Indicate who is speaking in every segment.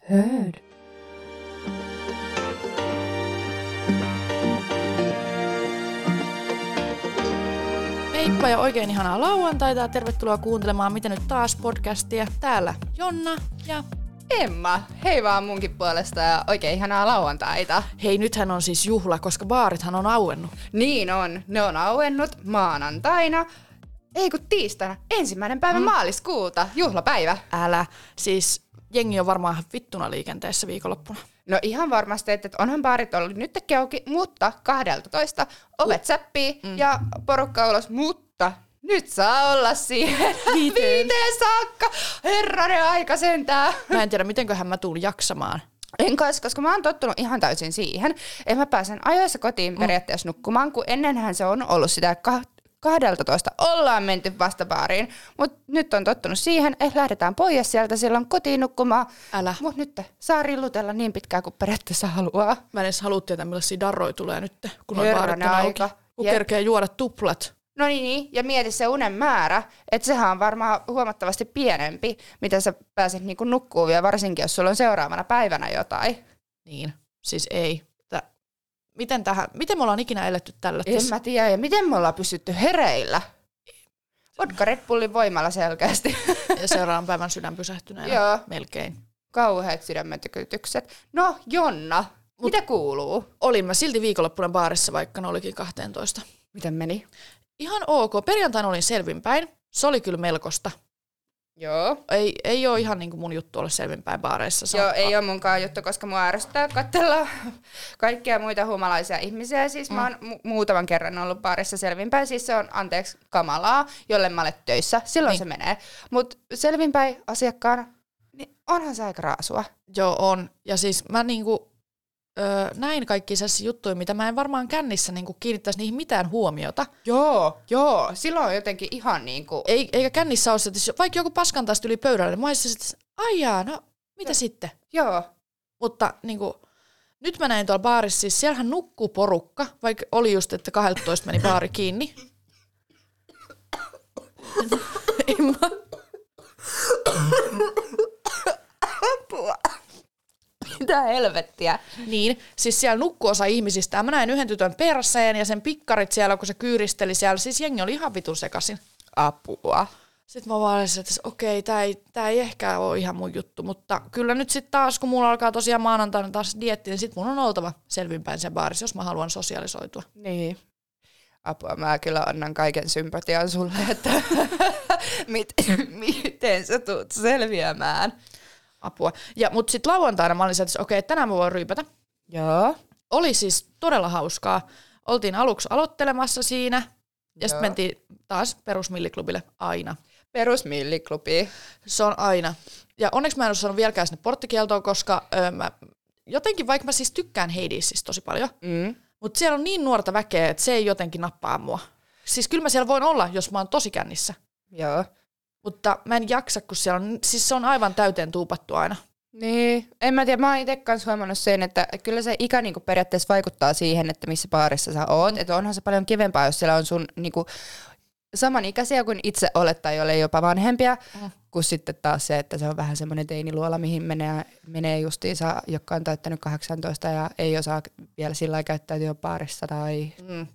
Speaker 1: hörd.
Speaker 2: Heippa ja oikein ihanaa lauantaita ja tervetuloa kuuntelemaan Mitä nyt taas podcastia. Täällä Jonna ja
Speaker 3: Emma, hei vaan munkin puolesta ja oikein ihanaa lauantaita.
Speaker 2: hei nythän on siis juhla, koska baarithan on auennut.
Speaker 3: Niin on, ne on auennut maanantaina, ei kun tiistaina, ensimmäinen päivä mm. maaliskuuta, juhlapäivä.
Speaker 2: Älä, siis jengi on varmaan vittuna liikenteessä viikonloppuna.
Speaker 3: No ihan varmasti, että onhan baarit ollut nytkin auki, mutta 12 ovet säppii mm. ja porukka ulos, mutta nyt saa olla siihen
Speaker 2: Viiteen.
Speaker 3: viiteen saakka. Herranen aika sentään.
Speaker 2: Mä en tiedä, mitenköhän mä tuun jaksamaan.
Speaker 3: En kanssa, koska mä oon tottunut ihan täysin siihen. En mä pääsen ajoissa kotiin periaatteessa nukkumaan, kun ennenhän se on ollut sitä ka- 12 ollaan menty vastabaariin. Mutta nyt on tottunut siihen, että lähdetään pois sieltä silloin kotiin nukkumaan.
Speaker 2: Älä.
Speaker 3: Mutta nyt saa rillutella niin pitkään kuin periaatteessa haluaa.
Speaker 2: Mä en edes halua tietää, millaisia darroja tulee nyt, kun on
Speaker 3: Herranen
Speaker 2: baarit tänään auki.
Speaker 3: aika.
Speaker 2: Kun
Speaker 3: Jep.
Speaker 2: kerkee juoda tuplat.
Speaker 3: No niin, niin, ja mieti se unen määrä, että sehän on varmaan huomattavasti pienempi, mitä sä pääset niinku nukkuun vielä, varsinkin jos sulla on seuraavana päivänä jotain.
Speaker 2: Niin, siis ei. Tä, miten, tähän, miten me ollaan ikinä eletty tällä?
Speaker 3: En mä tiedä, ja miten me ollaan pysytty hereillä? Vodka Red Bullin voimalla selkeästi.
Speaker 2: Ja seuraavan päivän sydän pysähtyneenä.
Speaker 3: Joo.
Speaker 2: Melkein.
Speaker 3: Kauheat sydämentykytykset. No, Jonna, Mut, mitä kuuluu?
Speaker 2: Olin mä silti viikonloppuna baarissa, vaikka ne olikin 12.
Speaker 3: Miten meni?
Speaker 2: Ihan ok. Perjantaina olin selvinpäin. Se oli kyllä melkoista.
Speaker 3: Joo.
Speaker 2: Ei, ei ole ihan niin kuin mun juttu olla selvinpäin baareissa. Se
Speaker 3: Joo,
Speaker 2: on-
Speaker 3: ei ole munkaan juttu, koska mua ärsyttää katsella kaikkia muita humalaisia ihmisiä. Siis mä oon mu- muutaman kerran ollut baarissa selvinpäin, siis se on anteeksi kamalaa, jolle mä olen töissä, silloin
Speaker 2: Niin.
Speaker 3: niin. se menee. Mutta selvinpäin asiakkaana, niin onhan se aika raasua.
Speaker 2: Joo, on. Ja siis mä niinku, öö, näin kaikki sellaisia juttuja, mitä mä en varmaan kännissä niinku kiinnittäisi niihin mitään huomiota.
Speaker 3: Joo, joo, silloin on jotenkin ihan niin kuin
Speaker 2: Ei, eikä kännissä ole se, että jos- vaikka joku paskan taas yli pöydälle, niin mä olisin sitten, aijaa, no mitä sitten?
Speaker 3: Joo,
Speaker 2: Mutta niin kuin, nyt mä näin tuolla baarissa, siis siellähän nukkuu porukka, vaikka oli just, että 12 meni baari kiinni. Emma.
Speaker 3: mitä helvettiä.
Speaker 2: Niin, siis siellä nukkuu osa ihmisistä. Mä näin yhden tytön perseen ja sen pikkarit siellä, kun se kyyristeli siellä. Siis jengi oli ihan vitun sekasin.
Speaker 3: Apua.
Speaker 2: Sitten mä vaan olisin, että okei, tämä ei, tää ei ehkä ole ihan mun juttu, mutta kyllä nyt sitten taas, kun mulla alkaa tosiaan maanantaina taas dietti, niin sitten mun on oltava selvinpäin sen baarissa, jos mä haluan sosiaalisoitua.
Speaker 3: Niin. Apua, mä kyllä annan kaiken sympatian sulle, että mit, miten sä tuut selviämään.
Speaker 2: Apua. Ja, mutta sitten lauantaina mä olin sieltä, että okei, tänään mä voin ryypätä.
Speaker 3: Joo.
Speaker 2: Oli siis todella hauskaa. Oltiin aluksi aloittelemassa siinä ja sitten
Speaker 3: Joo.
Speaker 2: mentiin taas perusmilliklubille aina.
Speaker 3: Perusmilliklubi.
Speaker 2: Se on aina. Ja onneksi mä en ole saanut vieläkään sinne porttikieltoon, koska öö, mä, jotenkin vaikka mä siis tykkään Hadesista tosi paljon,
Speaker 3: Mm.
Speaker 2: mutta siellä on niin nuorta väkeä, että se ei jotenkin nappaa mua. Siis kyllä mä siellä voin olla, jos mä oon tosi kännissä.
Speaker 3: Joo.
Speaker 2: Mutta mä en jaksa, kun siellä on, siis se on aivan täyteen tuupattu aina.
Speaker 3: Niin, en mä tiedä, mä oon itse kanssa huomannut sen, että kyllä se ikä niinku periaatteessa vaikuttaa siihen, että missä baarissa sä oot. Mm. Että onhan se paljon kivempaa, jos siellä on sun niinku samanikäisiä kuin itse olet tai jolle jopa vanhempia,
Speaker 2: Mm.
Speaker 3: mm. kun sitten taas se, että se on vähän semmoinen teiniluola, mihin menee, menee justiinsa, joka on täyttänyt 18 ja ei osaa vielä sillä lailla käyttäytyä baarissa tai...
Speaker 2: Mm.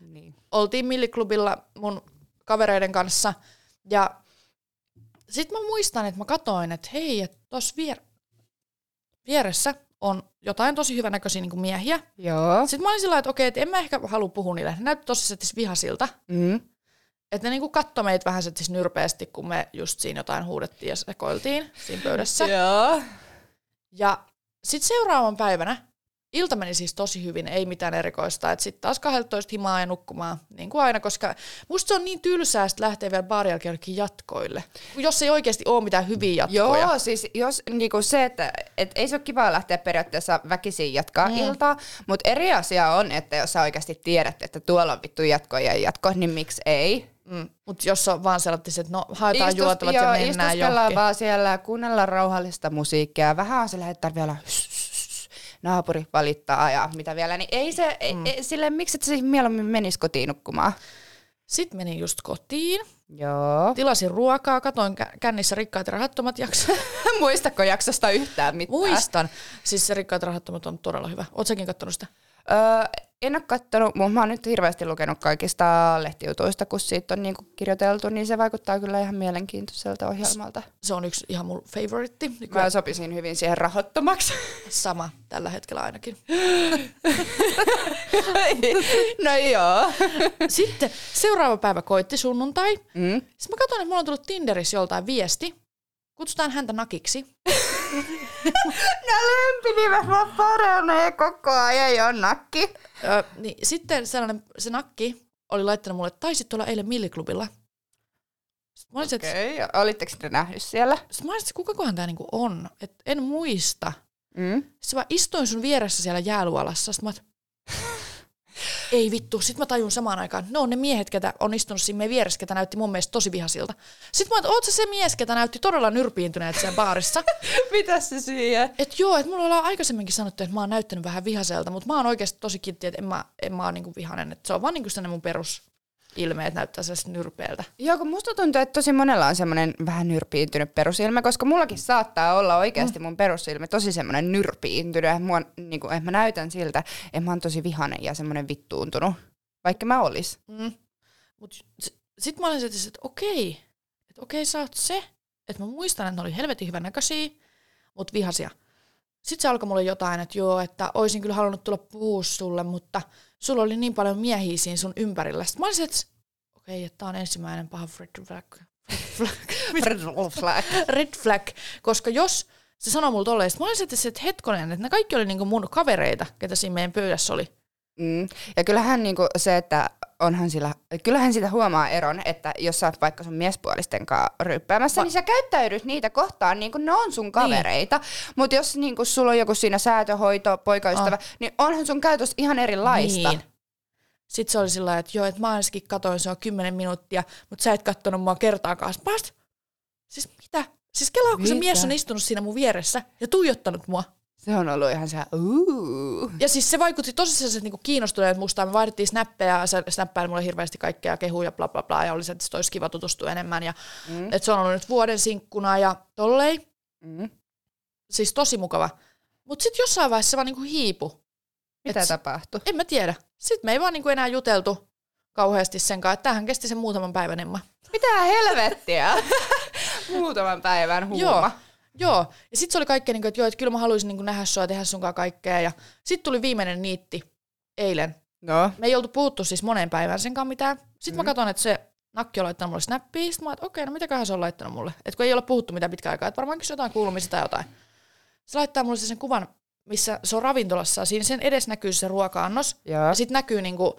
Speaker 3: Niin.
Speaker 2: oltiin milliklubilla mun kavereiden kanssa. Ja sit mä muistan, että mä katoin, että hei, että tuossa vier- vieressä on jotain tosi hyvännäköisiä niin miehiä.
Speaker 3: Joo.
Speaker 2: Sitten mä olin sillä lailla, että okei, että en mä ehkä halua puhua niille. Ne näytti tosi setis vihasilta.
Speaker 3: Mm.
Speaker 2: Että ne niinku katsoi meitä vähän setis nyrpeästi, kun me just siinä jotain huudettiin ja sekoiltiin siinä pöydässä.
Speaker 3: Joo.
Speaker 2: Ja sitten seuraavan päivänä ilta meni siis tosi hyvin, ei mitään erikoista. Sitten taas 12 himaa ja nukkumaan, niin kuin aina, koska musta se on niin tylsää, sit lähtee vielä baarin jälkeen jollekin jatkoille. Jos ei oikeasti ole mitään hyviä jatkoja.
Speaker 3: Joo, siis jos niinku se, että et ei se ole kivaa lähteä periaatteessa väkisin jatkaa mm. iltaa, mutta eri asia on, että jos sä oikeasti tiedät, että tuolla on vittu jatko ja jatko, niin miksi ei?
Speaker 2: Mm. Mutta jos on vaan sellaiset, että no haetaan
Speaker 3: Istus-
Speaker 2: juotavat ja
Speaker 3: joo,
Speaker 2: mennään
Speaker 3: istuskellaan
Speaker 2: johonkin.
Speaker 3: vaan siellä ja kuunnellaan rauhallista musiikkia. Vähän on sillä, että tarvii olla hyss, hyss, hyss, naapuri valittaa ja mitä vielä. Niin ei se, mm. ei, ei- silleen, miksi et sä siis mieluummin menis kotiin nukkumaan?
Speaker 2: Sitten menin just kotiin,
Speaker 3: Joo.
Speaker 2: tilasin ruokaa, katoin kä- kännissä rikkaat ja rahattomat jakso.
Speaker 3: Muistako jaksosta yhtään mitään?
Speaker 2: Muistan. Siis se rikkaat ja rahattomat on todella hyvä. Oot säkin kattonut sitä?
Speaker 3: Öö, en ole kattonut, mutta mä oon nyt hirveästi lukenut kaikista lehtijutuista, kun siitä on niinku kirjoiteltu, niin se vaikuttaa kyllä ihan mielenkiintoiselta ohjelmalta.
Speaker 2: Se on yksi ihan mun favoritti. Nykyään
Speaker 3: Mä sopisin hyvin siihen rahoittomaksi.
Speaker 2: sama tällä hetkellä ainakin.
Speaker 3: no joo.
Speaker 2: Sitten seuraava päivä koitti sunnuntai.
Speaker 3: Mm.
Speaker 2: Sitten mä katsoin, että mulla on tullut Tinderissä joltain viesti. Kutsutaan häntä nakiksi.
Speaker 3: Ne lempinimet vaan paranee koko ajan jo nakki.
Speaker 2: Ö, niin sitten sellainen, se nakki oli laittanut mulle, että taisit olla eilen milliklubilla. Sitten mä olisin, okay. että,
Speaker 3: Okei, okay. olitteko te nähnyt siellä?
Speaker 2: sit mä olisin, että kukakohan tää niinku on? Et en muista.
Speaker 3: Mm.
Speaker 2: Sitten mä istuin sun vieressä siellä jääluolassa. Sitten mä oot, ei vittu. Sitten mä tajun samaan aikaan, no ne miehet, ketä on istunut siinä meidän vieressä, ketä näytti mun mielestä tosi vihasilta. Sitten mä oot, oot sä se mies, ketä näytti todella nyrpiintyneet siellä baarissa?
Speaker 3: Mitäs se siihen?
Speaker 2: Et joo, että mulla ollaan aikaisemminkin sanottu, että mä oon näyttänyt vähän vihaselta, mutta mä oon oikeasti tosi kitti, että en mä, en mä oon niinku vihanen. Et se on vaan niinku sellainen mun perus ilme, että näyttää sellaista nyrpeältä.
Speaker 3: Joo, kun musta tuntuu, että tosi monella on semmoinen vähän nyrpiintynyt perusilme, koska mullakin saattaa olla oikeasti mun perusilme tosi semmoinen nyrpiintynyt, että mua, niin kuin, että mä näytän siltä, että mä oon tosi vihanen ja semmoinen vittuuntunut, vaikka mä olis.
Speaker 2: Mm. Mut s- sit mä olin se, että sit, okei, että okei sä oot se, että mä muistan, että ne oli helvetin hyvän näköisiä, mutta vihasia. Sitten se alkoi mulle jotain, että joo, että oisin kyllä halunnut tulla puhua sulle, mutta sulla oli niin paljon miehiä siinä sun ympärillä. Sitten mä olin se, että okei, että tää on ensimmäinen paha Fred Flag. Red flag, koska jos se sanoi mulle tolleen, sit mä olisin, että se, että hetkonen, että ne kaikki oli niinku mun kavereita, ketä siinä meidän pöydässä oli.
Speaker 3: Mm. Ja kyllähän niinku se, että onhan sillä, kyllähän sitä huomaa eron, että jos sä oot vaikka sun miespuolisten kanssa ryppäämässä,
Speaker 2: Va-
Speaker 3: niin sä käyttäydyt niitä kohtaan, niin kuin ne on sun kavereita. Mutta jos niinku sulla on joku siinä säätöhoito, poikaystävä, niin onhan sun käytös ihan erilaista.
Speaker 2: Niin. Sitten se oli sillä lailla, että joo, että mä ainakin katoin sua kymmenen minuuttia, mutta sä et kattonut mua kertaakaan. Sitten mä olin, siis mitä? Siis kelaa, kun se
Speaker 3: Mitä?
Speaker 2: mies on istunut siinä mun vieressä ja tuijottanut mua.
Speaker 3: Se on ollut ihan se, uuu.
Speaker 2: Ja siis se vaikutti tosi sellaiset niin kiinnostuneet musta. Me vaihdettiin snappeja ja se snappaili mulle hirveästi kaikkea kehuja ja bla bla bla. Ja oli se, että sit olisi kiva tutustua enemmän. Ja,
Speaker 3: Mm.
Speaker 2: mm. että se on ollut nyt vuoden sinkkuna ja tollei.
Speaker 3: Mm.
Speaker 2: Siis tosi mukava. Mutta sitten jossain vaiheessa se vaan niinku hiipu.
Speaker 3: Mitä
Speaker 2: Et-
Speaker 3: tapahtui?
Speaker 2: En mä tiedä. Sitten me ei vaan niinku enää juteltu kauheasti sen kanssa. Tähän kesti sen muutaman päivän emma.
Speaker 3: Mitä helvettiä? Muutaman päivän huuma.
Speaker 2: Joo. Joo, ja sitten se oli kaikkea, niin kuin, että joo, että kyllä mä haluaisin niin kuin, nähdä sua ja tehdä sunkaan kaikkea. Ja sitten tuli viimeinen niitti eilen.
Speaker 3: No.
Speaker 2: Me ei oltu puhuttu siis moneen päivään senkaan mitään. Sitten mm. mä katson, että se nakki on laittanut mulle snappia. Sitten mä että okei, no mitäköhän se on laittanut mulle. Et kun ei olla puhuttu mitään pitkään aikaa, että varmaan kysyy jotain kuulumista tai jotain. Se laittaa mulle sen kuvan, missä se on ravintolassa. Siinä sen edes näkyy se ruoka-annos.
Speaker 3: Joo.
Speaker 2: Ja sitten näkyy niin kuin,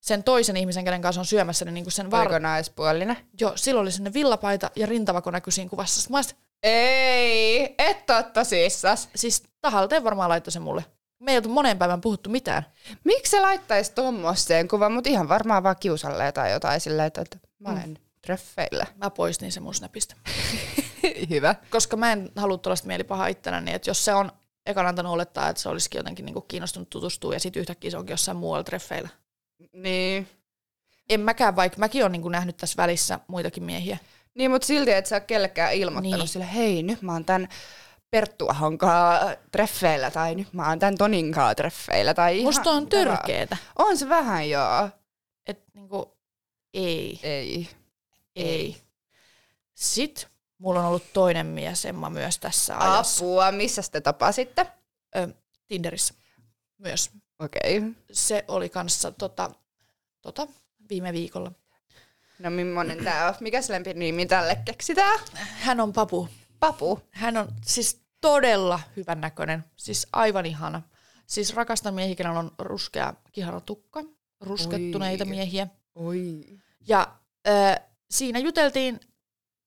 Speaker 2: sen toisen ihmisen, kenen kanssa on syömässä, niin, niin kuin sen var...
Speaker 3: Oliko naispuolinen?
Speaker 2: Joo, silloin oli sinne villapaita ja rintavako näkyi siinä kuvassa. Sitten mä olin, että
Speaker 3: Ei, et oo tosissas.
Speaker 2: siis tahalteen varmaan laittoi sen mulle. Me ei oltu moneen päivän puhuttu mitään.
Speaker 3: Miksi se laittaisi tommoseen kuvan, mutta ihan varmaan vaan kiusalle tai jotain silleen, että, että mä olen treffeillä.
Speaker 2: Mä poistin sen mun snapista.
Speaker 3: Hyvä.
Speaker 2: Koska mä en halua tuollaista mielipahaa ittenä, niin että jos se on ekan antanut olettaa, että se olisikin jotenkin niinku kiinnostunut tutustua ja sitten yhtäkkiä se onkin jossain muualla treffeillä.
Speaker 3: Niin.
Speaker 2: En mäkään, vaikka mäkin olen niinku nähnyt tässä välissä muitakin miehiä.
Speaker 3: Niin, mutta silti et sä oo kellekään ilmoittanut niin.
Speaker 2: Niin.
Speaker 3: sille, hei, nyt mä oon tän Perttu Ahonkaa treffeillä tai nyt mä oon tän Toninkaa treffeillä. Tai ihan
Speaker 2: Musta on
Speaker 3: mitä vaan.
Speaker 2: törkeetä.
Speaker 3: On se vähän joo.
Speaker 2: Että niinku, ei,
Speaker 3: Ei.
Speaker 2: ei. Sitten mulla on ollut toinen mies, Emma, myös tässä ajassa.
Speaker 3: Apua, missä te tapasitte?
Speaker 2: Ö, Tinderissä myös.
Speaker 3: Okei. Okay.
Speaker 2: Se oli kanssa tota, tota, viime viikolla.
Speaker 3: No millainen tää on? Mikäs lempinimi tälle keksitään?
Speaker 2: Hän on papu.
Speaker 3: Papu.
Speaker 2: Hän on siis todella hyvän näköinen, siis aivan ihana. Siis rakastan miehiä, kenellä on ruskea kihara tukka, ruskettuneita
Speaker 3: Oi.
Speaker 2: Oi. miehiä.
Speaker 3: Oi.
Speaker 2: Ja ö, siinä juteltiin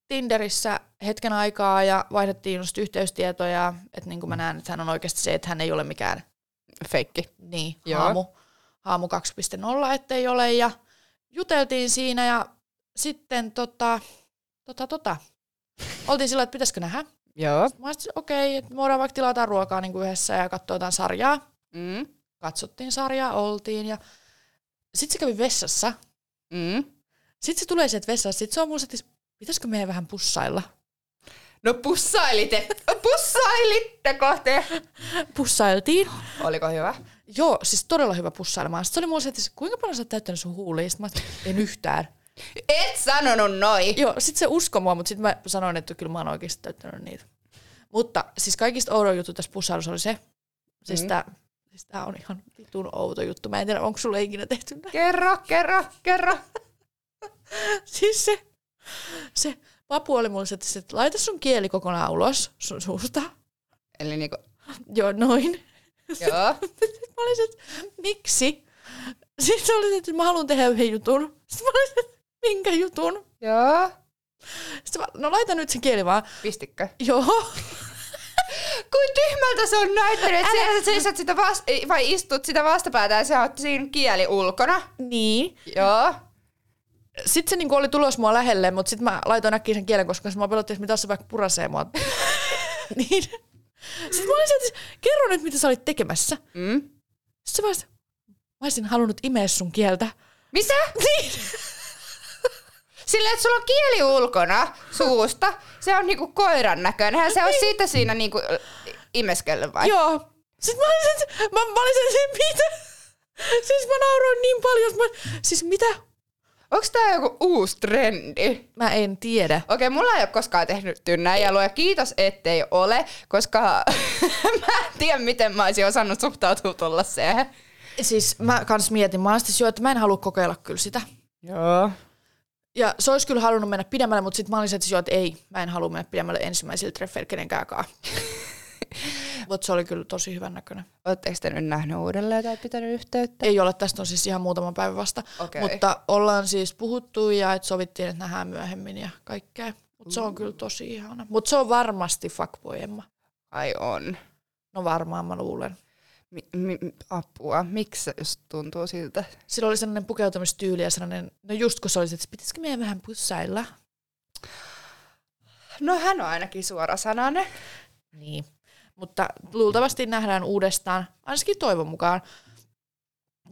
Speaker 2: Tinderissä hetken aikaa ja vaihdettiin just yhteystietoja, että niin kuin mä näen, että hän on oikeasti se, että hän ei ole mikään
Speaker 3: Feikki.
Speaker 2: niin,
Speaker 3: Joo.
Speaker 2: haamu, haamu 2.0, ettei ole. Ja juteltiin siinä ja sitten tota, tota, tota. Oltiin sillä, että pitäisikö nähdä.
Speaker 3: Joo.
Speaker 2: Mä sit, okei, okay, me voidaan vaikka tilata ruokaa niin kuin yhdessä ja katsoa jotain sarjaa.
Speaker 3: Mm.
Speaker 2: Katsottiin sarjaa, oltiin ja sitten se kävi vessassa
Speaker 3: Mm.
Speaker 2: Sitten se tulee sieltä vessaan, sitten se on mulla se, että pitäisikö meidän vähän pussailla?
Speaker 3: No pussailitte. Pussailitteko te?
Speaker 2: Pussailtiin.
Speaker 3: Oliko hyvä?
Speaker 2: Joo, siis todella hyvä pussailemaan. Sitten se oli mulla se, että kuinka paljon sä oot täyttänyt sun huulia? Sitten mä oon, en yhtään.
Speaker 3: Et sanonut noi.
Speaker 2: Joo, sit se uskoi mua, mutta sit mä sanoin, että kyllä mä oon oikeasti täyttänyt niitä. Mutta siis kaikista oudoin juttu tässä pussailussa oli se, siis
Speaker 3: Mm.
Speaker 2: mm. tää, siis tää on ihan vitun outo juttu. Mä en tiedä, onko sulle ikinä tehty näin.
Speaker 3: Kerro, kerro, kerro.
Speaker 2: Siis se, se papu oli mulle se, että, se, että laita sun kieli kokonaan ulos sun suusta.
Speaker 3: Eli niinku,
Speaker 2: Joo, noin.
Speaker 3: joo.
Speaker 2: Mä olin se, että miksi? Sitten se oli se, että mä haluan tehdä yhden jutun. Sitten mä olin se, että minkä jutun?
Speaker 3: Joo.
Speaker 2: Sitten mä, no laita nyt sen kieli vaan.
Speaker 3: Pistikö?
Speaker 2: Joo.
Speaker 3: Kuin tyhmältä se on näyttänyt, että sä seisot sitä vast- ei, vai istut sitä vastapäätä ja sä oot siinä kieli ulkona.
Speaker 2: Niin.
Speaker 3: Joo.
Speaker 2: Sitten se niinku oli tulos mua lähelle, mutta sitten mä laitoin äkkiä sen kielen, koska mä pelottiin, että mitä jos se vaikka purasee mua. niin. Sitten mä olin se, että kerro nyt, mitä sä olit tekemässä.
Speaker 3: Mm.
Speaker 2: Sitten mä, olisin, mä olisin halunnut imeä sun kieltä.
Speaker 3: Mitä?
Speaker 2: Niin.
Speaker 3: Silleen, että sulla on kieli ulkona suusta. Se on niinku koiran näköinen. Eihän Se on siitä siinä niinku imeskelle vai?
Speaker 2: Joo. Sitten mä olin sen, mä, mä olin sen, se, mitä? Siis mä nauroin niin paljon, että mä, siis mitä?
Speaker 3: Onks tää joku uusi trendi?
Speaker 2: Mä en tiedä.
Speaker 3: Okei, mulla ei ole koskaan tehnyt näin ja luoja kiitos, ettei ole, koska mä en tiedä, miten mä olisin osannut suhtautua tuollaiseen.
Speaker 2: Siis mä kans mietin, mä olin sit jo, että mä en halua kokeilla kyllä sitä.
Speaker 3: Joo.
Speaker 2: Ja se olisi kyllä halunnut mennä pidemmälle, mutta sitten mä olin se, että, joo, että ei, mä en halua mennä pidemmälle ensimmäisillä treffeillä kenenkäänkaan. mutta se oli kyllä tosi hyvän näköinen.
Speaker 3: Oletteko te nyt nähnyt uudelleen tai pitänyt yhteyttä?
Speaker 2: Ei ole, tästä on siis ihan muutama päivä vasta.
Speaker 3: Okei.
Speaker 2: Mutta ollaan siis puhuttu ja et sovittiin, että nähdään myöhemmin ja kaikkea. Mutta se on kyllä tosi ihana. Mutta se on varmasti fuckboy Emma.
Speaker 3: Ai on.
Speaker 2: No varmaan mä luulen.
Speaker 3: Mi- mi- apua, miksi se just tuntuu siltä?
Speaker 2: Sillä oli sellainen pukeutumistyyli ja sellainen, no just kun se oli, se, että pitäisikö meidän vähän pussailla.
Speaker 3: No hän on ainakin suorasanainen.
Speaker 2: Niin. Mutta luultavasti nähdään uudestaan, ainakin toivon mukaan.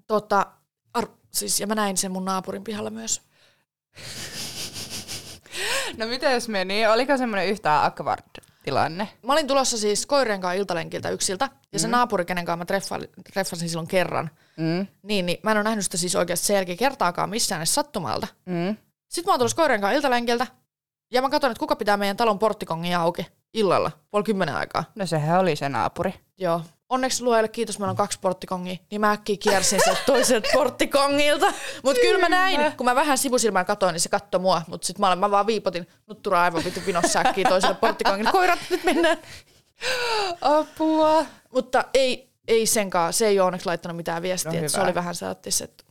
Speaker 2: Tota, ar- siis, ja mä näin sen mun naapurin pihalla myös.
Speaker 3: No mitä jos meni? Oliko semmoinen yhtään akvard-tilanne?
Speaker 2: Mä olin tulossa siis koirien kanssa iltalenkiltä yksiltä, ja se naapuri, kenen kanssa mä treffa- treffasin silloin kerran,
Speaker 3: Mm.
Speaker 2: niin, niin mä en ole nähnyt sitä siis oikeasti sen jälkeen kertaakaan missään edes sattumalta.
Speaker 3: Mm.
Speaker 2: Sitten mä oon tulossa koirien kanssa iltalenkiltä, ja mä katson, että kuka pitää meidän talon porttikongin auki illalla, puoli kymmenen aikaa.
Speaker 3: No sehän oli se naapuri.
Speaker 2: Joo. Onneksi luojalle kiitos, meillä on kaksi porttikongia, niin mä äkkiä kiersin sieltä toiselta porttikongilta. Mutta kyllä mä näin, kun mä vähän sivusilmään katoin, niin se katsoi mua. Mutta sitten mä, olen- mä vaan viipotin nutturaa aivan vitu vinossa äkkiä toiselle porttikongille. Koirat, nyt mennään.
Speaker 3: Apua.
Speaker 2: Mutta ei, ei senkaan, se ei ole onneksi laittanut mitään viestiä.
Speaker 3: No
Speaker 2: et se
Speaker 3: hyvä.
Speaker 2: oli vähän sellaisessa, että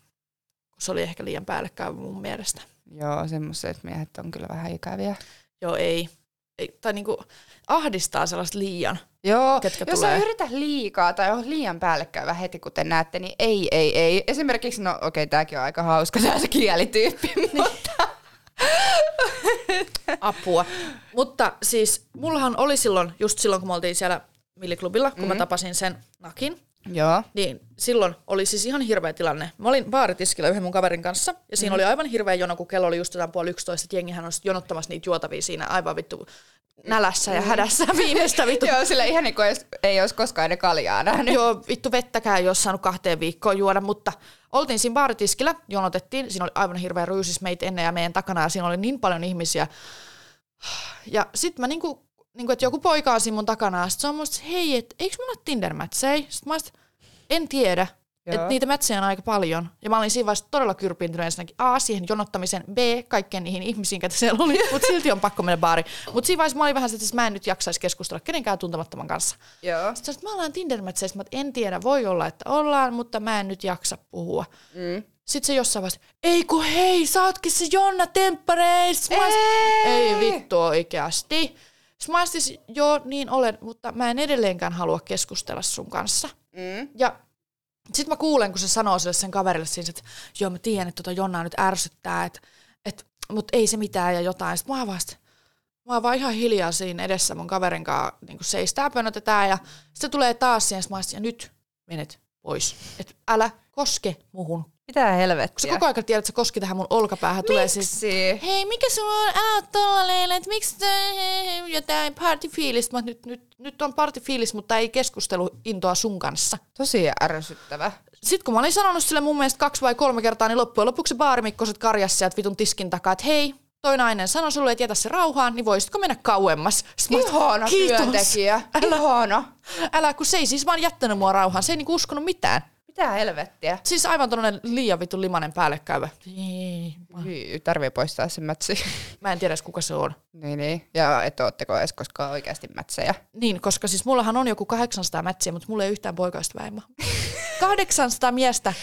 Speaker 2: se oli ehkä liian päällekkäin mun mielestä.
Speaker 3: Joo, semmoiset miehet on kyllä vähän ikäviä.
Speaker 2: Joo, ei. ei tai niinku ahdistaa sellaista liian.
Speaker 3: Joo,
Speaker 2: ketkä
Speaker 3: jos
Speaker 2: tulee.
Speaker 3: sä yrität liikaa tai on liian päällekkäyvä heti, kuten näette, niin ei, ei, ei. Esimerkiksi, no okei, okay, tääkin on aika hauska tää se kielityyppi, mutta
Speaker 2: apua. Mutta siis mullahan oli silloin, just silloin kun me oltiin siellä milliklubilla, kun mm-hmm. mä tapasin sen nakin,
Speaker 3: joo.
Speaker 2: niin silloin oli siis ihan hirveä tilanne. Mä olin baaritiskillä yhden mun kaverin kanssa, ja siinä mm-hmm. oli aivan hirveä jono, kun kello oli just jotain puoli yksitoista, että jengihän on sit jonottamassa niitä juotavia siinä aivan vittu nälässä ja hädässä viimeistä vittu.
Speaker 3: Joo, sillä ihan niin kuin jos- ei olisi koskaan ennen kaljaa nähnyt.
Speaker 2: Joo, vittu vettäkään ei ole saanut kahteen viikkoon juoda, mutta oltiin siinä baaritiskillä, jonotettiin, siinä oli aivan hirveä ryysis meitä ennen ja meidän takana, ja siinä oli niin paljon ihmisiä. Ja sit mä niinku, niinku että joku poika on siinä mun takana, ja sit se on musta, hei, et eikö mulla ole Tinder-mätsejä? Sit mä oon sit, en tiedä,
Speaker 3: Joo.
Speaker 2: että niitä mätsejä on aika paljon. Ja mä olin siinä vaiheessa todella kyrpiintynyt ensinnäkin A, siihen jonottamiseen, B, kaikkeen niihin ihmisiin, ketä siellä oli, mutta silti on pakko mennä baariin. Mutta siinä vaiheessa mä olin vähän se, että mä en nyt jaksaisi keskustella kenenkään tuntemattoman kanssa.
Speaker 3: Joo.
Speaker 2: Sitten sanoin, että me ollaan tinder mä en tiedä, voi olla, että ollaan, mutta mä en nyt jaksa puhua.
Speaker 3: Mm.
Speaker 2: Sitten se jossain vaiheessa, ei kun hei, sä ootkin se Jonna Temppareis. Mä olisin, ei vittu oikeasti. Sitten mä olisin, siis, joo niin olen, mutta mä en edelleenkään halua keskustella sun kanssa.
Speaker 3: Mm.
Speaker 2: Ja sitten mä kuulen, kun se sanoo sille sen kaverille siis, että joo mä tiedän, että tota Jonnaa nyt ärsyttää, että et, mut ei se mitään ja jotain. Sitten mä oon vaan, sit- mä oon vaan ihan hiljaa siinä edessä mun kaverin kanssa niin seistää, pönötetään ja sitten tulee taas siihen, sit mä oon sit, ja nyt menet pois. Et älä koske muhun. Kun
Speaker 3: Mitä
Speaker 2: sä
Speaker 3: helvettiä?
Speaker 2: koko ajan tiedät, että se koski tähän mun olkapäähän. Tulee siis,
Speaker 3: Miksi?
Speaker 2: hei mikä se on, älä tuoleille, että miksi te, he, he, jotain partyfiilistä. Mä oon, Nyt, nyt, nyt on partyfiilis, mutta ei keskusteluintoa sun kanssa.
Speaker 3: Tosi ärsyttävä.
Speaker 2: Sitten kun mä olin sanonut sille mun mielestä kaksi vai kolme kertaa, niin loppujen lopuksi baarimikkoset karjas sieltä vitun tiskin takaa, että hei, toi nainen sanoi sulle, että jätä se rauhaan, niin voisitko mennä kauemmas? Sitten mä oon,
Speaker 3: Ihana
Speaker 2: "Kiitos."
Speaker 3: työntekijä. Ihana.
Speaker 2: Älä, kun se ei siis vaan jättänyt mua rauhaan, se ei niinku uskonut mitään.
Speaker 3: Mitä helvettiä?
Speaker 2: Siis aivan tollanen liian vitun limanen päälle käyvä. Niin.
Speaker 3: Hyi, Tarvii poistaa se mätsi.
Speaker 2: Mä en tiedä edes kuka se on.
Speaker 3: niin, niin. Ja et ootteko edes koskaan oikeasti mätsejä.
Speaker 2: Niin, koska siis mullahan on joku 800 mätsiä, mutta mulla ei yhtään poikaista väimä. 800 miestä.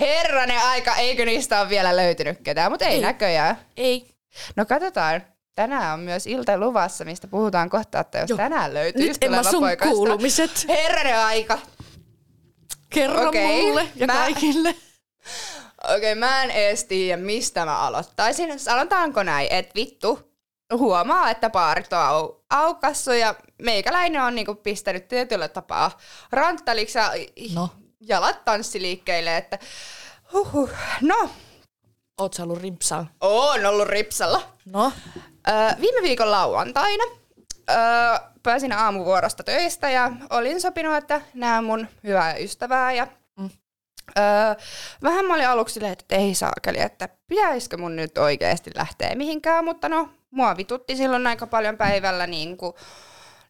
Speaker 3: Herranen aika, eikö niistä ole vielä löytynyt ketään, mutta ei,
Speaker 2: Ei.
Speaker 3: ei näköjään.
Speaker 2: Ei.
Speaker 3: No katsotaan. Tänään on myös ilta luvassa, mistä puhutaan kohta, että jos
Speaker 2: Joo.
Speaker 3: Joo. tänään löytyy
Speaker 2: Nyt en mä
Speaker 3: tuleva
Speaker 2: sun
Speaker 3: poikaista.
Speaker 2: kuulumiset.
Speaker 3: Herranen aika.
Speaker 2: Kerro okay.
Speaker 3: Okei.
Speaker 2: mulle ja mä...
Speaker 3: Mä-
Speaker 2: kaikille.
Speaker 3: Okei, mä en edes tiedä, mistä mä aloittaisin. Sanotaanko näin, että vittu, huomaa, että paarit on au- aukassu ja meikäläinen on niinku pistänyt tietyllä tapaa ranttaliksi ja
Speaker 2: No.
Speaker 3: no. jalat tanssiliikkeille, että huhhuh. No,
Speaker 2: Oot sä ollut rimpsalla?
Speaker 3: oon ollut ripsalla.
Speaker 2: No.
Speaker 3: Öö, viime viikon lauantaina öö, pääsin aamuvuorosta töistä ja olin sopinut, että näen mun hyvää ystävää. Ja,
Speaker 2: Mm.
Speaker 3: mm. öö, vähän mä olin aluksi silleen, että ei saakeli, että pitäisikö mun nyt oikeasti lähteä mihinkään, mutta no mua vitutti silloin aika paljon päivällä. Niin, kuin,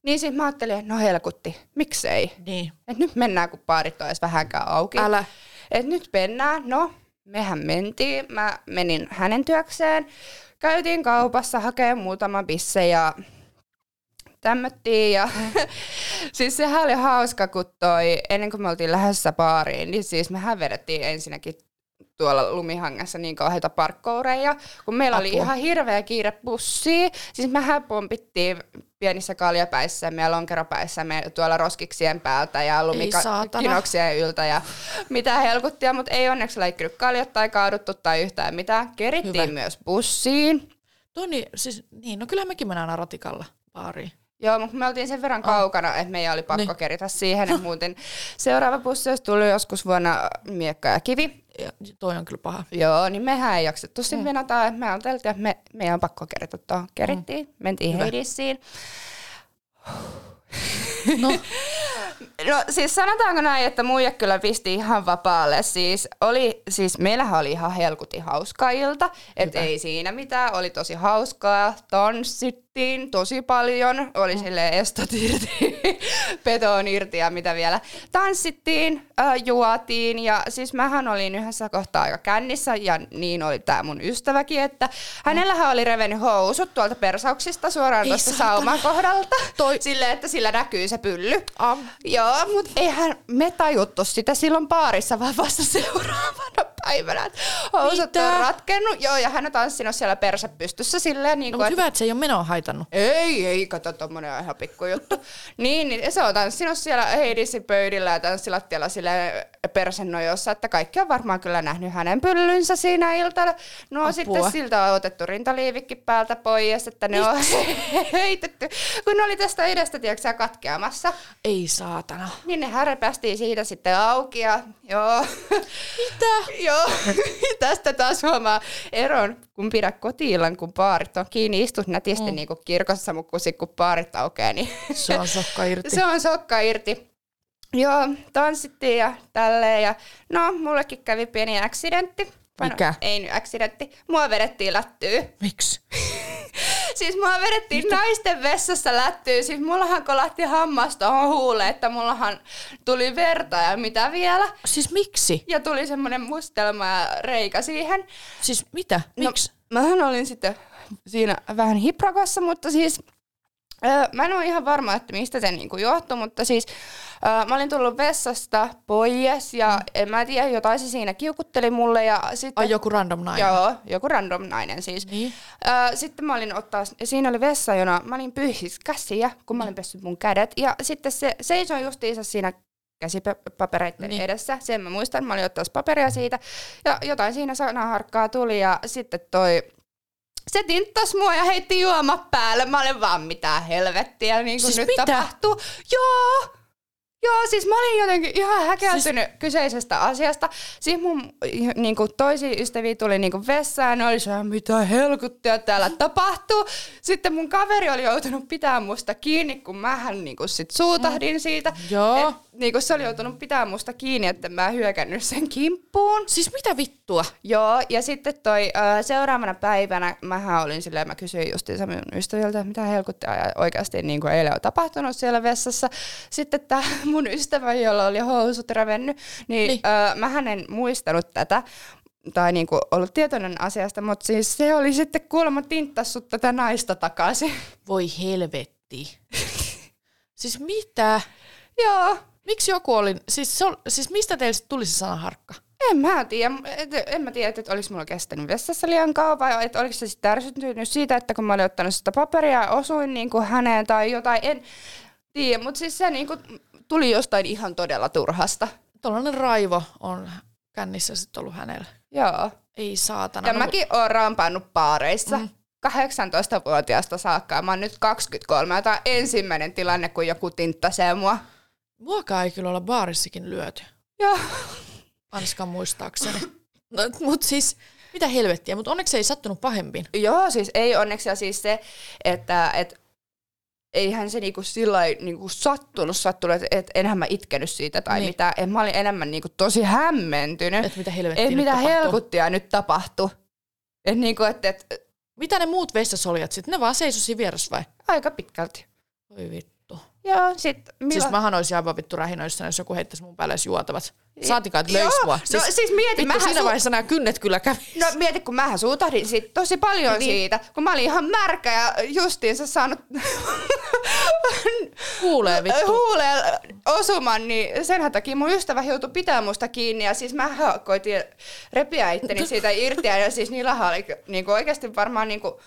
Speaker 3: niin sit mä ajattelin, että no helkutti, miksei.
Speaker 2: Niin.
Speaker 3: Et nyt mennään, kun baarit on edes vähänkään auki.
Speaker 2: Älä.
Speaker 3: Et nyt mennään. No, mehän mentiin. Mä menin hänen työkseen. Käytiin kaupassa hakemaan muutama bisse ja tämmöttiin. Ja siis sehän oli hauska, kun toi, ennen kuin me oltiin lähdössä baariin, niin siis mehän vedettiin ensinnäkin tuolla lumihangessa niin kauheita parkkoureja, kun meillä Apua. oli
Speaker 2: Apua.
Speaker 3: ihan hirveä kiire bussiin. Siis mehän pompittiin pienissä kaljapäissämme ja lonkeropäissämme tuolla roskiksien päältä ja
Speaker 2: saatana.
Speaker 3: lumikinoksien yltä ja mitä helkuttia, mutta ei onneksi läikkynyt kaljat tai kaaduttu tai yhtään mitään. Kerittiin
Speaker 2: Hyvä.
Speaker 3: Hyvä. myös bussiin.
Speaker 2: Toni, siis, niin, no kyllä mekin mennään aina ratikalla baariin.
Speaker 3: Joo, mutta me oltiin sen verran kaukana, että meidän oli pakko
Speaker 2: Niin.
Speaker 3: niin. keritä siihen, että muuten seuraava bussi olisi tullut joskus vuonna äh, miekka ja kivi.
Speaker 2: Ja toi on kyllä paha.
Speaker 3: Joo, niin mehän ei jaksettu sen mm. venata, että me ajateltiin, että me, meidän on pakko keritä tuohon. Kerittiin, mm. mentiin
Speaker 2: Hyvä.
Speaker 3: Heidissiin.
Speaker 2: No,
Speaker 3: No siis sanotaanko näin, että muija kyllä pisti ihan vapaalle. Siis, oli, siis meillähän oli ihan helkutin hauska ilta, et
Speaker 2: Hyvä.
Speaker 3: ei siinä mitään, oli tosi hauskaa, tanssittiin tosi paljon, oli mm. silleen estot irti, petoon irti ja mitä vielä. Tanssittiin, äh, juotiin ja siis mähän olin yhdessä kohtaa aika kännissä ja niin oli tämä mun ystäväkin,
Speaker 2: Mm.
Speaker 3: että hänellähän oli revennyt housut tuolta persauksista suoraan
Speaker 2: Ei
Speaker 3: tuosta
Speaker 2: saatana.
Speaker 3: sauman kohdalta.
Speaker 2: Toi-
Speaker 3: Silleen, että sillä näkyy se pylly.
Speaker 2: am.
Speaker 3: Joo, mutta eihän me tajuttu sitä silloin baarissa, vaan vasta seuraavana päivänä. että Housut
Speaker 2: Mitä?
Speaker 3: on ratkennut, joo, ja hän on tanssinut siellä perse pystyssä silleen, niin
Speaker 2: No,
Speaker 3: kuin,
Speaker 2: mutta
Speaker 3: että
Speaker 2: hyvä, että se ei ole menoa haitannut.
Speaker 3: ei, ei, kato, tommonen on ihan pikkujuttu. niin, niin se on tanssinut siellä Heidisin pöydillä ja tanssilattialla sille persennojossa, että kaikki on varmaan kyllä nähnyt hänen pyllynsä siinä iltana. No
Speaker 2: Apua.
Speaker 3: sitten siltä on otettu rintaliivikki päältä pois, että ne on heitetty, kun ne oli tästä edestä, tiedätkö sä, katkeamassa.
Speaker 2: Ei saatana.
Speaker 3: Niin ne härpästiin siitä sitten auki ja joo.
Speaker 2: Mitä?
Speaker 3: joo, tästä taas huomaa eron, kun pidä kotiillan, kun baarit on kiinni. Istut nätisti mm. niin kuin kirkossa, mutta kun, sit kun baarit aukeaa, niin
Speaker 2: Se on sokka irti.
Speaker 3: se on sokka irti. Joo, tanssittiin ja tälleen. Ja no, mullekin kävi pieni accidentti. Vai no,
Speaker 2: Mikä?
Speaker 3: Ei nyt accidentti. Mua vedettiin lättyyn.
Speaker 2: Miksi?
Speaker 3: Siis mua vedettiin Mitä? naisten vessassa lättyyn. Siis mullahan kolahti hammas tuohon huuleen, että mullahan tuli verta ja mitä vielä.
Speaker 2: Siis miksi?
Speaker 3: Ja tuli semmoinen mustelma ja reikä siihen.
Speaker 2: Siis mitä? Miksi?
Speaker 3: No, mähän olin sitten siinä vähän hiprakossa, mutta siis öö, mä en ole ihan varma, että mistä se niinku johtui, mutta siis öö, mä olin tullut vessasta pois ja mm. en mä tiedä, jotain se siinä kiukutteli mulle ja sitten...
Speaker 2: Ai joku random nainen.
Speaker 3: Joo, joku random nainen siis.
Speaker 2: Niin.
Speaker 3: Öö, sitten mä olin ottaa, siinä oli vessajona, mä olin pyyhis käsiä, kun mä olin pessyt mun kädet. Ja sitten se seisoi justiinsa siinä käsipapereiden
Speaker 2: Niin.
Speaker 3: niin. edessä. Sen mä muistan, mä olin ottaa paperia siitä. Ja jotain siinä sanaharkkaa tuli ja sitten toi se tinttas mua ja heitti juomat päälle. Mä olin vaan, mitä helvettiä, niin kuin
Speaker 2: Siis
Speaker 3: nyt
Speaker 2: mitä?
Speaker 3: tapahtuu. Joo! Joo, siis mä olin jotenkin ihan häkeltynyt siis... kyseisestä asiasta. Siis mun niin kuin toisia ystäviä tuli niin kuin vessaan, ne oli se, mitä helkuttia täällä tapahtuu. Sitten mun kaveri oli joutunut pitämään musta kiinni, kun mähän niin kuin sit suutahdin siitä.
Speaker 2: Joo.
Speaker 3: Et, niin kuin se oli joutunut pitämään musta kiinni, että mä en hyökännyt sen kimppuun.
Speaker 2: Siis mitä vittua?
Speaker 3: Joo, ja sitten toi ö, seuraavana päivänä mähän olin silleen, mä kysyin justiinsa minun ystäviltä, että mitä helkuttaa ja oikeasti niin kuin eilen on tapahtunut siellä vessassa. Sitten tämä mun ystävä, jolla oli housut ravennyt,
Speaker 2: Niin.
Speaker 3: niin, niin. Ö, mähän en muistanut tätä tai niinku ollut tietoinen asiasta, mutta siis se oli sitten kuulemma tinttas sut tätä naista takaisin.
Speaker 2: Voi helvetti. siis mitä?
Speaker 3: Joo,
Speaker 2: Miksi joku oli, siis, se on, siis mistä teille sit tuli se sanaharkka?
Speaker 3: En mä tiedä, Et- en mä tiedä, että oliko mulla kestänyt vessassa liian kauan vai että oliko se sitten ärsyttynyt siitä, että kun mä olin ottanut sitä paperia ja osuin niin kuin häneen tai jotain, en tiedä, mutta siis se niin kuin tuli jostain ihan todella turhasta.
Speaker 2: Tuollainen raivo on kännissä sitten ollut hänellä.
Speaker 3: Joo.
Speaker 2: Ei saatana.
Speaker 3: Ja
Speaker 2: No,
Speaker 3: mäkin oon rampannut paareissa. Mm. 18-vuotiaasta saakka ja mä oon nyt 23. Tämä on ensimmäinen tilanne, kun joku tinttasee mua.
Speaker 2: Muakaan ei kyllä olla baarissakin lyöty,
Speaker 3: Joo.
Speaker 2: ainakaan muistaakseni. no, mut siis, mitä helvettiä, mutta onneksi ei sattunut pahempiin.
Speaker 3: Joo, siis ei onneksi ja siis se, että et, eihän se niinku sillä niinku sattunut, sattunut, että et enhän mä itkenyt siitä tai
Speaker 2: Niin.
Speaker 3: niin. mitään. Et mä olin enemmän niinku tosi hämmentynyt,
Speaker 2: Että mitä helvettiä
Speaker 3: että
Speaker 2: nyt
Speaker 3: mitä
Speaker 2: tapahtuu.
Speaker 3: helkuttia nyt tapahtui. Et niinku, et, et,
Speaker 2: Mitä ne muut vessasoljat sitten? Ne vaan seisoi siinä vieressä vai?
Speaker 3: aika pitkälti.
Speaker 2: Voi vittu.
Speaker 3: Joo, sit...
Speaker 2: Millä? Siis
Speaker 3: milloin-
Speaker 2: mähän olisin aivan vittu rähinöissä, jos joku heittäisi mun päälle juotavat. Saatikaan, että
Speaker 3: Joo,
Speaker 2: löisi mua.
Speaker 3: no siis mieti,
Speaker 2: vittu,
Speaker 3: mähän
Speaker 2: siinä
Speaker 3: su-
Speaker 2: vaiheessa nämä kynnet kyllä kävi.
Speaker 3: No mieti, kun mähän suutahdin siitä tosi paljon niin. siitä, kun mä olin ihan märkä ja justiinsa saanut No,
Speaker 2: Kuulee vittu.
Speaker 3: huuleen osuman, niin senhän takia mun ystävä joutui pitää musta kiinni ja siis mä koitin repiä itteni siitä irti ja siis niillä oli niinku oikeasti varmaan niinku,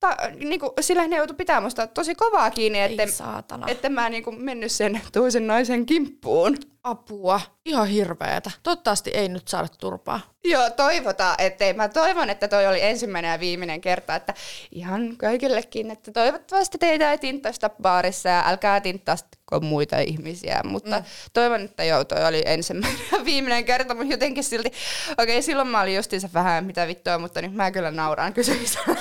Speaker 3: ta, niinku, sillä ne joutui pitää musta tosi kovaa kiinni, että,
Speaker 2: Ei saatana.
Speaker 3: että mä niinku mennyt sen toisen naisen kimppuun.
Speaker 2: Apua. Ihan hirveetä. Toivottavasti ei nyt saada turpaa.
Speaker 3: Joo, toivotaan, ettei. Mä toivon, että toi oli ensimmäinen ja viimeinen kerta, että ihan kaikillekin, että toivottavasti teitä ei tinttasta baarissa ja älkää tinttastako muita ihmisiä, mutta mm. toivon, että joo, toi oli ensimmäinen ja viimeinen kerta, mutta jotenkin silti, okei, okay, silloin mä olin justiinsa vähän mitä vittua, mutta nyt mä kyllä nauraan kyseisellä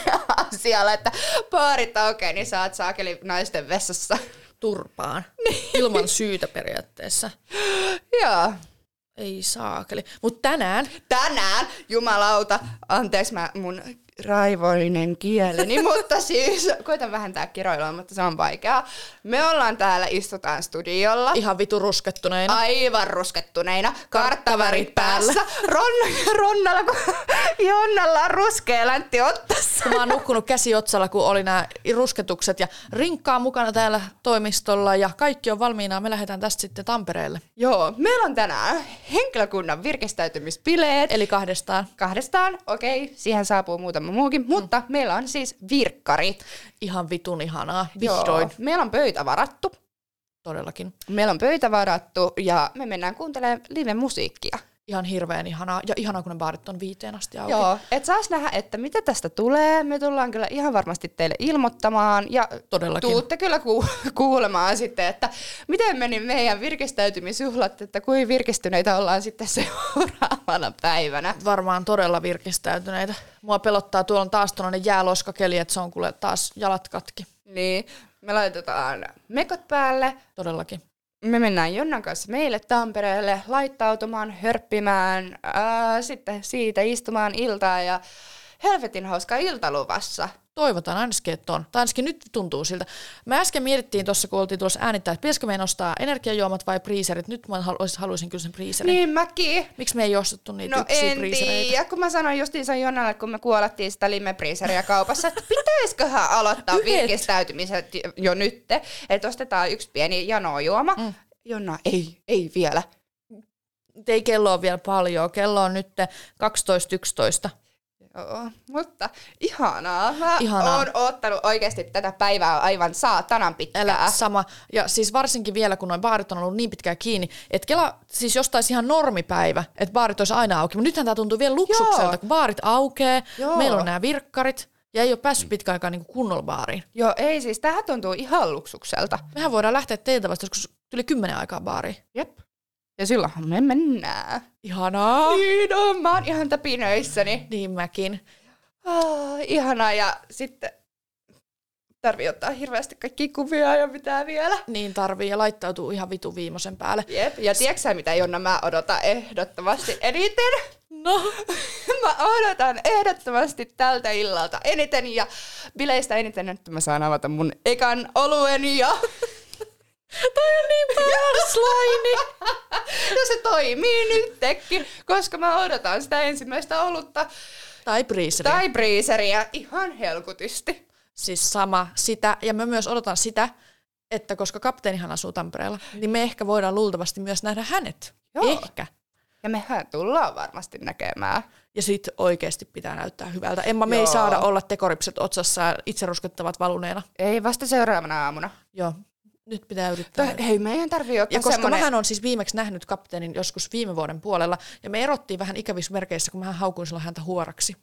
Speaker 3: asialla, että baarit okei, okay, niin saat saakeli naisten vessassa.
Speaker 2: Turpaan. Ilman syytä periaatteessa.
Speaker 3: joo.
Speaker 2: Ei saakeli. Mutta tänään
Speaker 3: tänään, jumalauta, anteeksi mä mun raivoinen kieleni, mutta siis koitan vähentää kiroilua, mutta se on vaikeaa. Me ollaan täällä, istutaan studiolla.
Speaker 2: ihan vitu ruskettuneina.
Speaker 3: Aivan ruskettuneina,
Speaker 2: Karttavärit
Speaker 3: karttavärit
Speaker 2: päällä.
Speaker 3: päässä, Ron, Ronnalla, kun Jonnalla on ruskea läntti ottassa.
Speaker 2: Mä oon nukkunut käsi otsalla, kun oli nämä rusketukset ja rinkkaa mukana täällä toimistolla ja kaikki on valmiina. Me lähdetään tästä sitten Tampereelle.
Speaker 3: Joo, meillä on tänään henkilökunnan virkistäytymispileet.
Speaker 2: Eli kahdestaan.
Speaker 3: Kahdestaan, okei, siihen saapuu muutama muukin,
Speaker 2: Mm.
Speaker 3: mutta meillä on siis virkkari.
Speaker 2: Ihan vitun ihanaa.
Speaker 3: Joo,
Speaker 2: Vihdoin.
Speaker 3: Meillä on pöytä varattu.
Speaker 2: Todellakin.
Speaker 3: Meillä on pöytä varattu ja me mennään kuuntelemaan live-musiikkia.
Speaker 2: Ihan hirveän ihanaa. Ja ihanaa, kun ne baarit on viiteen asti auki.
Speaker 3: Joo, et saas nähdä, että mitä tästä tulee. Me tullaan kyllä ihan varmasti teille ilmoittamaan ja
Speaker 2: Todellakin.
Speaker 3: tuutte kyllä ku- kuulemaan sitten, että miten meni meidän virkistäytymisjuhlat, että kuin virkistyneitä ollaan sitten seuraavana päivänä.
Speaker 2: varmaan todella virkistäytyneitä. Mua pelottaa, tuolla on taas tuollainen jääloskakeli, että se on kuule taas jalat katki.
Speaker 3: Niin, me laitetaan mekot päälle,
Speaker 2: Todellakin.
Speaker 3: me mennään Jonnan kanssa meille Tampereelle laittautumaan, hörppimään, ää, sitten siitä istumaan iltaa ja helvetin hauska ilta luvassa.
Speaker 2: Toivotaan ainakin, että on. Tai ainakin nyt tuntuu siltä. Me äsken mietittiin tuossa, kun oltiin tuossa äänittää, että pitäisikö meidän ostaa energiajuomat vai priiserit. Nyt mä haluaisin, haluaisin kyllä sen priiserin. Niin.
Speaker 3: Niin mäkin.
Speaker 2: Miksi me ei ostettu niitä
Speaker 3: No
Speaker 2: yksiä
Speaker 3: en
Speaker 2: priisereitä?
Speaker 3: tiedä, kun mä sanoin justiinsa Jonnalle, kun me kuolattiin sitä limepriiseriä kaupassa, että pitäisiköhän aloittaa
Speaker 2: Yhdet.
Speaker 3: virkistäytymiset jo nyt, että ostetaan yksi pieni janojuoma. Mm. Jonna, ei, ei vielä.
Speaker 2: Nyt Ei kello on vielä paljon. Kello on nyt 12.11.
Speaker 3: Joo, mutta ihanaa. Mä
Speaker 2: Ihanaa.
Speaker 3: ihanaa. oon oottanut oikeasti tätä päivää aivan saatanan pitkään.
Speaker 2: Älä sama. Ja siis varsinkin vielä, kun noin baarit on ollut niin pitkään kiinni, että Kela, siis jostain ihan normipäivä, että baarit olisi aina auki. Mutta nythän tämä tuntuu vielä luksukselta, Joo.
Speaker 3: Joo.
Speaker 2: kun baarit aukeaa, Joo.
Speaker 3: Joo.
Speaker 2: meillä on nämä virkkarit ja ei ole päässyt pitkään aikaan niin kunnolla baariin.
Speaker 3: Joo, ei siis, tämähän tuntuu ihan luksukselta.
Speaker 2: Mehän voidaan lähteä teiltä vasta joskus Tuli kymmenen aikaa baari.
Speaker 3: Jep. Ja silloinhan me mennään.
Speaker 2: Ihanaa.
Speaker 3: Niin on, mä oon ihan täpinöissäni.
Speaker 2: Niin mäkin.
Speaker 3: Ah, ihanaa ja sitten tarvii ottaa hirveästi kaikki kuvia ja mitä vielä.
Speaker 2: Niin tarvii ja laittautuu ihan vitu viimeisen päälle.
Speaker 3: Jep, ja tiedätkö sä, mitä Jonna mä odotan ehdottomasti eniten?
Speaker 2: No,
Speaker 3: Mä odotan ehdottomasti tältä illalta eniten ja bileistä eniten, että mä saan avata mun ekan olueni ja...
Speaker 2: toi on niin paras laini.
Speaker 3: ja No se toimii nyttekin, koska mä odotan sitä ensimmäistä olutta
Speaker 2: Tai Breezeria.
Speaker 3: tai breezeriä ihan helkutisti.
Speaker 2: Siis sama sitä. Ja mä myös odotan sitä, että koska kapteenihan asuu Tampereella, niin me ehkä voidaan luultavasti myös nähdä hänet.
Speaker 3: Joo.
Speaker 2: Ehkä.
Speaker 3: Ja mehän tullaan varmasti näkemään.
Speaker 2: Ja sit oikeasti pitää näyttää hyvältä. Emma, me ei
Speaker 3: Joo.
Speaker 2: saada olla tekoripset otsassa ja itse ruskettavat valuneena.
Speaker 3: Ei vasta seuraavana aamuna.
Speaker 2: Joo, nyt pitää yrittää.
Speaker 3: Tai, hei, meidän tarvii ottaa
Speaker 2: ja koska
Speaker 3: semmonen...
Speaker 2: mähän on siis viimeksi nähnyt kapteenin joskus viime vuoden puolella, ja me erottiin vähän ikävissä merkeissä, kun mähän haukuin silloin häntä huoraksi.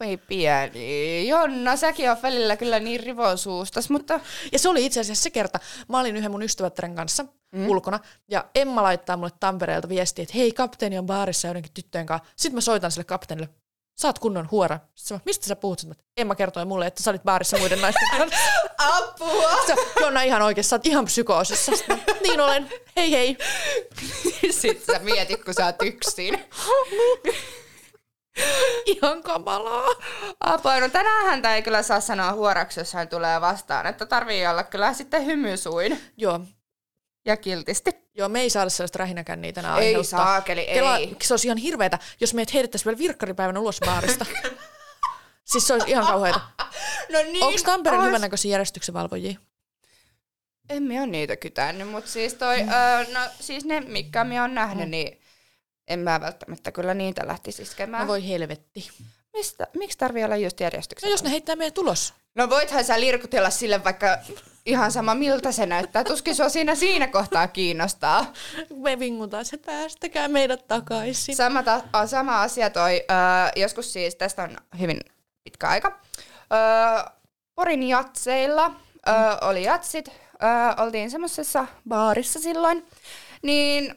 Speaker 3: Voi pieni. Jonna, säkin on välillä kyllä niin rivosuustas, mutta...
Speaker 2: Ja se oli itse asiassa se kerta. Mä olin yhden mun ystävättären kanssa mm. ulkona, ja Emma laittaa mulle Tampereelta viestiä, että hei, kapteeni on baarissa joidenkin tyttöjen kanssa. Sitten mä soitan sille kapteenille, sä oot kunnon huora. Sitten mä, mistä sä puhut? Sitten mä, Emma kertoi mulle, että sä olit baarissa muiden naisten kanssa.
Speaker 3: Apua!
Speaker 2: Sä, Jonna ihan oikeassa, sä oot ihan psykoosissa. Sitten mä, niin olen, hei hei.
Speaker 3: Sitten sä mietit, kun sä oot yksin.
Speaker 2: Ihan kamalaa.
Speaker 3: Apua, no tänään häntä ei kyllä saa sanoa huoraksi, jos hän tulee vastaan. Että tarvii olla kyllä sitten hymysuin
Speaker 2: Joo,
Speaker 3: ja kiltisti.
Speaker 2: Joo, me ei saada sellaista rähinäkänniä tänään
Speaker 3: Ei
Speaker 2: aiheuttaa.
Speaker 3: saakeli, ei.
Speaker 2: se olisi ihan hirveetä, jos meidät heitettäisiin vielä virkkaripäivänä ulos baarista. siis se olisi ihan kauheeta.
Speaker 3: No niin.
Speaker 2: Onko Tampereen
Speaker 3: ois-
Speaker 2: hyvännäköisiä järjestyksen valvojia?
Speaker 3: Emme ole niitä kytännyt, mutta siis toi, öö, no siis ne, mitkä me on nähnyt, mm. niin en mä välttämättä kyllä niitä lähtisi iskemään.
Speaker 2: No voi helvetti.
Speaker 3: Mistä, miksi tarvii olla just järjestyksessä?
Speaker 2: No jos ne heittää meidät ulos.
Speaker 3: No voithan sä lirkutella sille vaikka ihan sama miltä se näyttää. Tuskin sua siinä siinä kohtaa kiinnostaa.
Speaker 2: Me vingutaan se, päästäkää meidät takaisin.
Speaker 3: Sama, ta- a, sama asia toi, ö, joskus siis, tästä on hyvin pitkä aika. Ö, Porin jatseilla ö, oli jatsit, ö, oltiin semmoisessa baarissa silloin, niin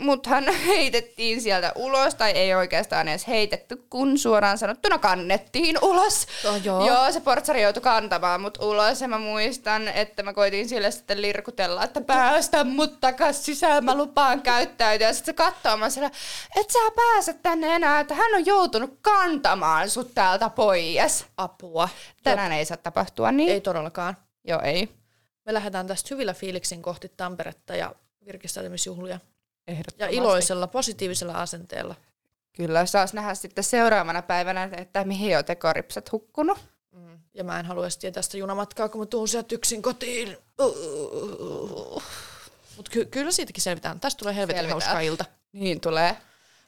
Speaker 3: muthan heitettiin sieltä ulos, tai ei oikeastaan edes heitetty, kun suoraan sanottuna kannettiin ulos.
Speaker 2: No joo.
Speaker 3: joo se portsari joutui kantamaan mut ulos, ja mä muistan, että mä koitin sille sitten lirkutella, että päästä mut takas sisään, mä lupaan käyttäytyä. Ja sitten se katsoo mä sillä, et sä pääse tänne enää, että hän on joutunut kantamaan sut täältä pois.
Speaker 2: Apua.
Speaker 3: Tänään ei saa tapahtua niin.
Speaker 2: Ei todellakaan.
Speaker 3: Joo, ei.
Speaker 2: Me lähdetään tästä hyvillä fiiliksin kohti Tamperetta ja virkistäytymisjuhlia.
Speaker 3: Ehdottomasti.
Speaker 2: Ja iloisella, positiivisella asenteella.
Speaker 3: Kyllä, saas nähdä sitten seuraavana päivänä, että mihin on tekoripset hukkunut.
Speaker 2: Mm. Ja mä en halua edes tietää sitä junamatkaa, kun mä tuun sieltä yksin kotiin. Mutta ky- kyllä siitäkin selvitään. Tästä tulee helvetin
Speaker 3: Selvitään.
Speaker 2: hauskaa ilta.
Speaker 3: Niin tulee.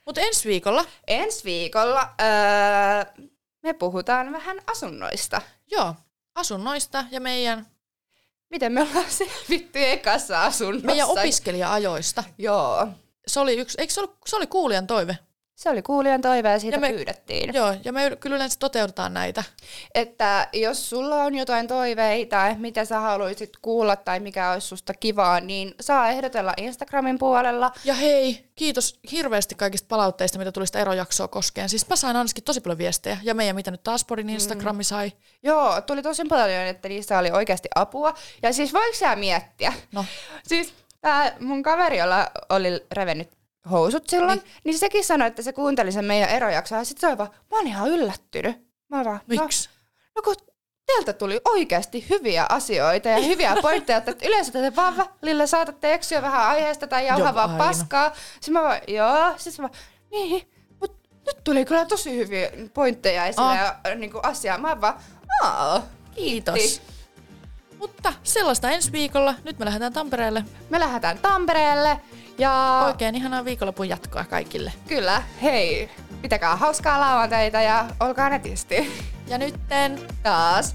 Speaker 2: Mutta ensi viikolla,
Speaker 3: Ensi viikolla öö, me puhutaan vähän asunnoista.
Speaker 2: joo, asunnoista ja meidän,
Speaker 3: Miten me ollaan selvitty ekassa asunnossa.
Speaker 2: meidän opiskelija-ajoista.
Speaker 3: Joo.
Speaker 2: Se oli, yksi, eikö se, ollut, se oli kuulijan toive.
Speaker 3: Se oli kuulijan toive ja siitä
Speaker 2: Ja
Speaker 3: ja
Speaker 2: me-
Speaker 3: me... pyydettiin.
Speaker 2: Joo, ja me yl- kyllä yleensä toteutetaan näitä.
Speaker 3: Että jos sulla on jotain toiveita, mitä sä haluaisit kuulla tai mikä olisi susta kivaa, niin saa ehdotella Instagramin puolella.
Speaker 2: Ja hei, kiitos hirveästi kaikista palautteista, mitä tuli sitä erojaksoa koskeen. Siis mä sain ainakin tosi paljon viestejä. Ja meidän, mitä nyt taas Podin Instagrami sai.
Speaker 3: Joo, tuli tosi paljon, että niistä oli oikeasti apua. Ja siis voiko sä miettiä?
Speaker 2: No,
Speaker 3: Siis tää mun kaveri, jolla oli revennyt housut silloin, niin, niin sekin sanoi, että se kuunteli sen meidän erojaksoa. Ja sit se oli vaan, mä oon ihan yllättynyt. Mä oon vaan, no,
Speaker 2: miksi?
Speaker 3: no kun teiltä tuli oikeasti hyviä asioita ja hyviä pointteja, että yleensä te vaan välillä saatatte eksyä vähän aiheesta tai
Speaker 2: Joo,
Speaker 3: jauhaa vaan
Speaker 2: aina.
Speaker 3: paskaa. Sitten mä vaan, joo, siis mä vaan, niin, mut nyt tuli kyllä tosi hyviä pointteja esille
Speaker 2: Ah.
Speaker 3: ja äh, niinku asiaa. Mä oon vaan, aa, kiitti.
Speaker 2: Kiitos. Mutta sellaista ensi viikolla. Nyt me lähdetään Tampereelle.
Speaker 3: Me lähdetään Tampereelle ja...
Speaker 2: Oikein ihanaa viikonlopun jatkoa kaikille.
Speaker 3: Kyllä, hei, pitäkää hauskaa lauantaita ja olkaa netisti.
Speaker 2: Ja nytten,
Speaker 3: Taas.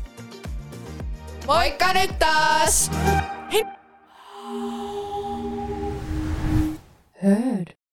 Speaker 2: moikka nyt taas!
Speaker 3: Heard.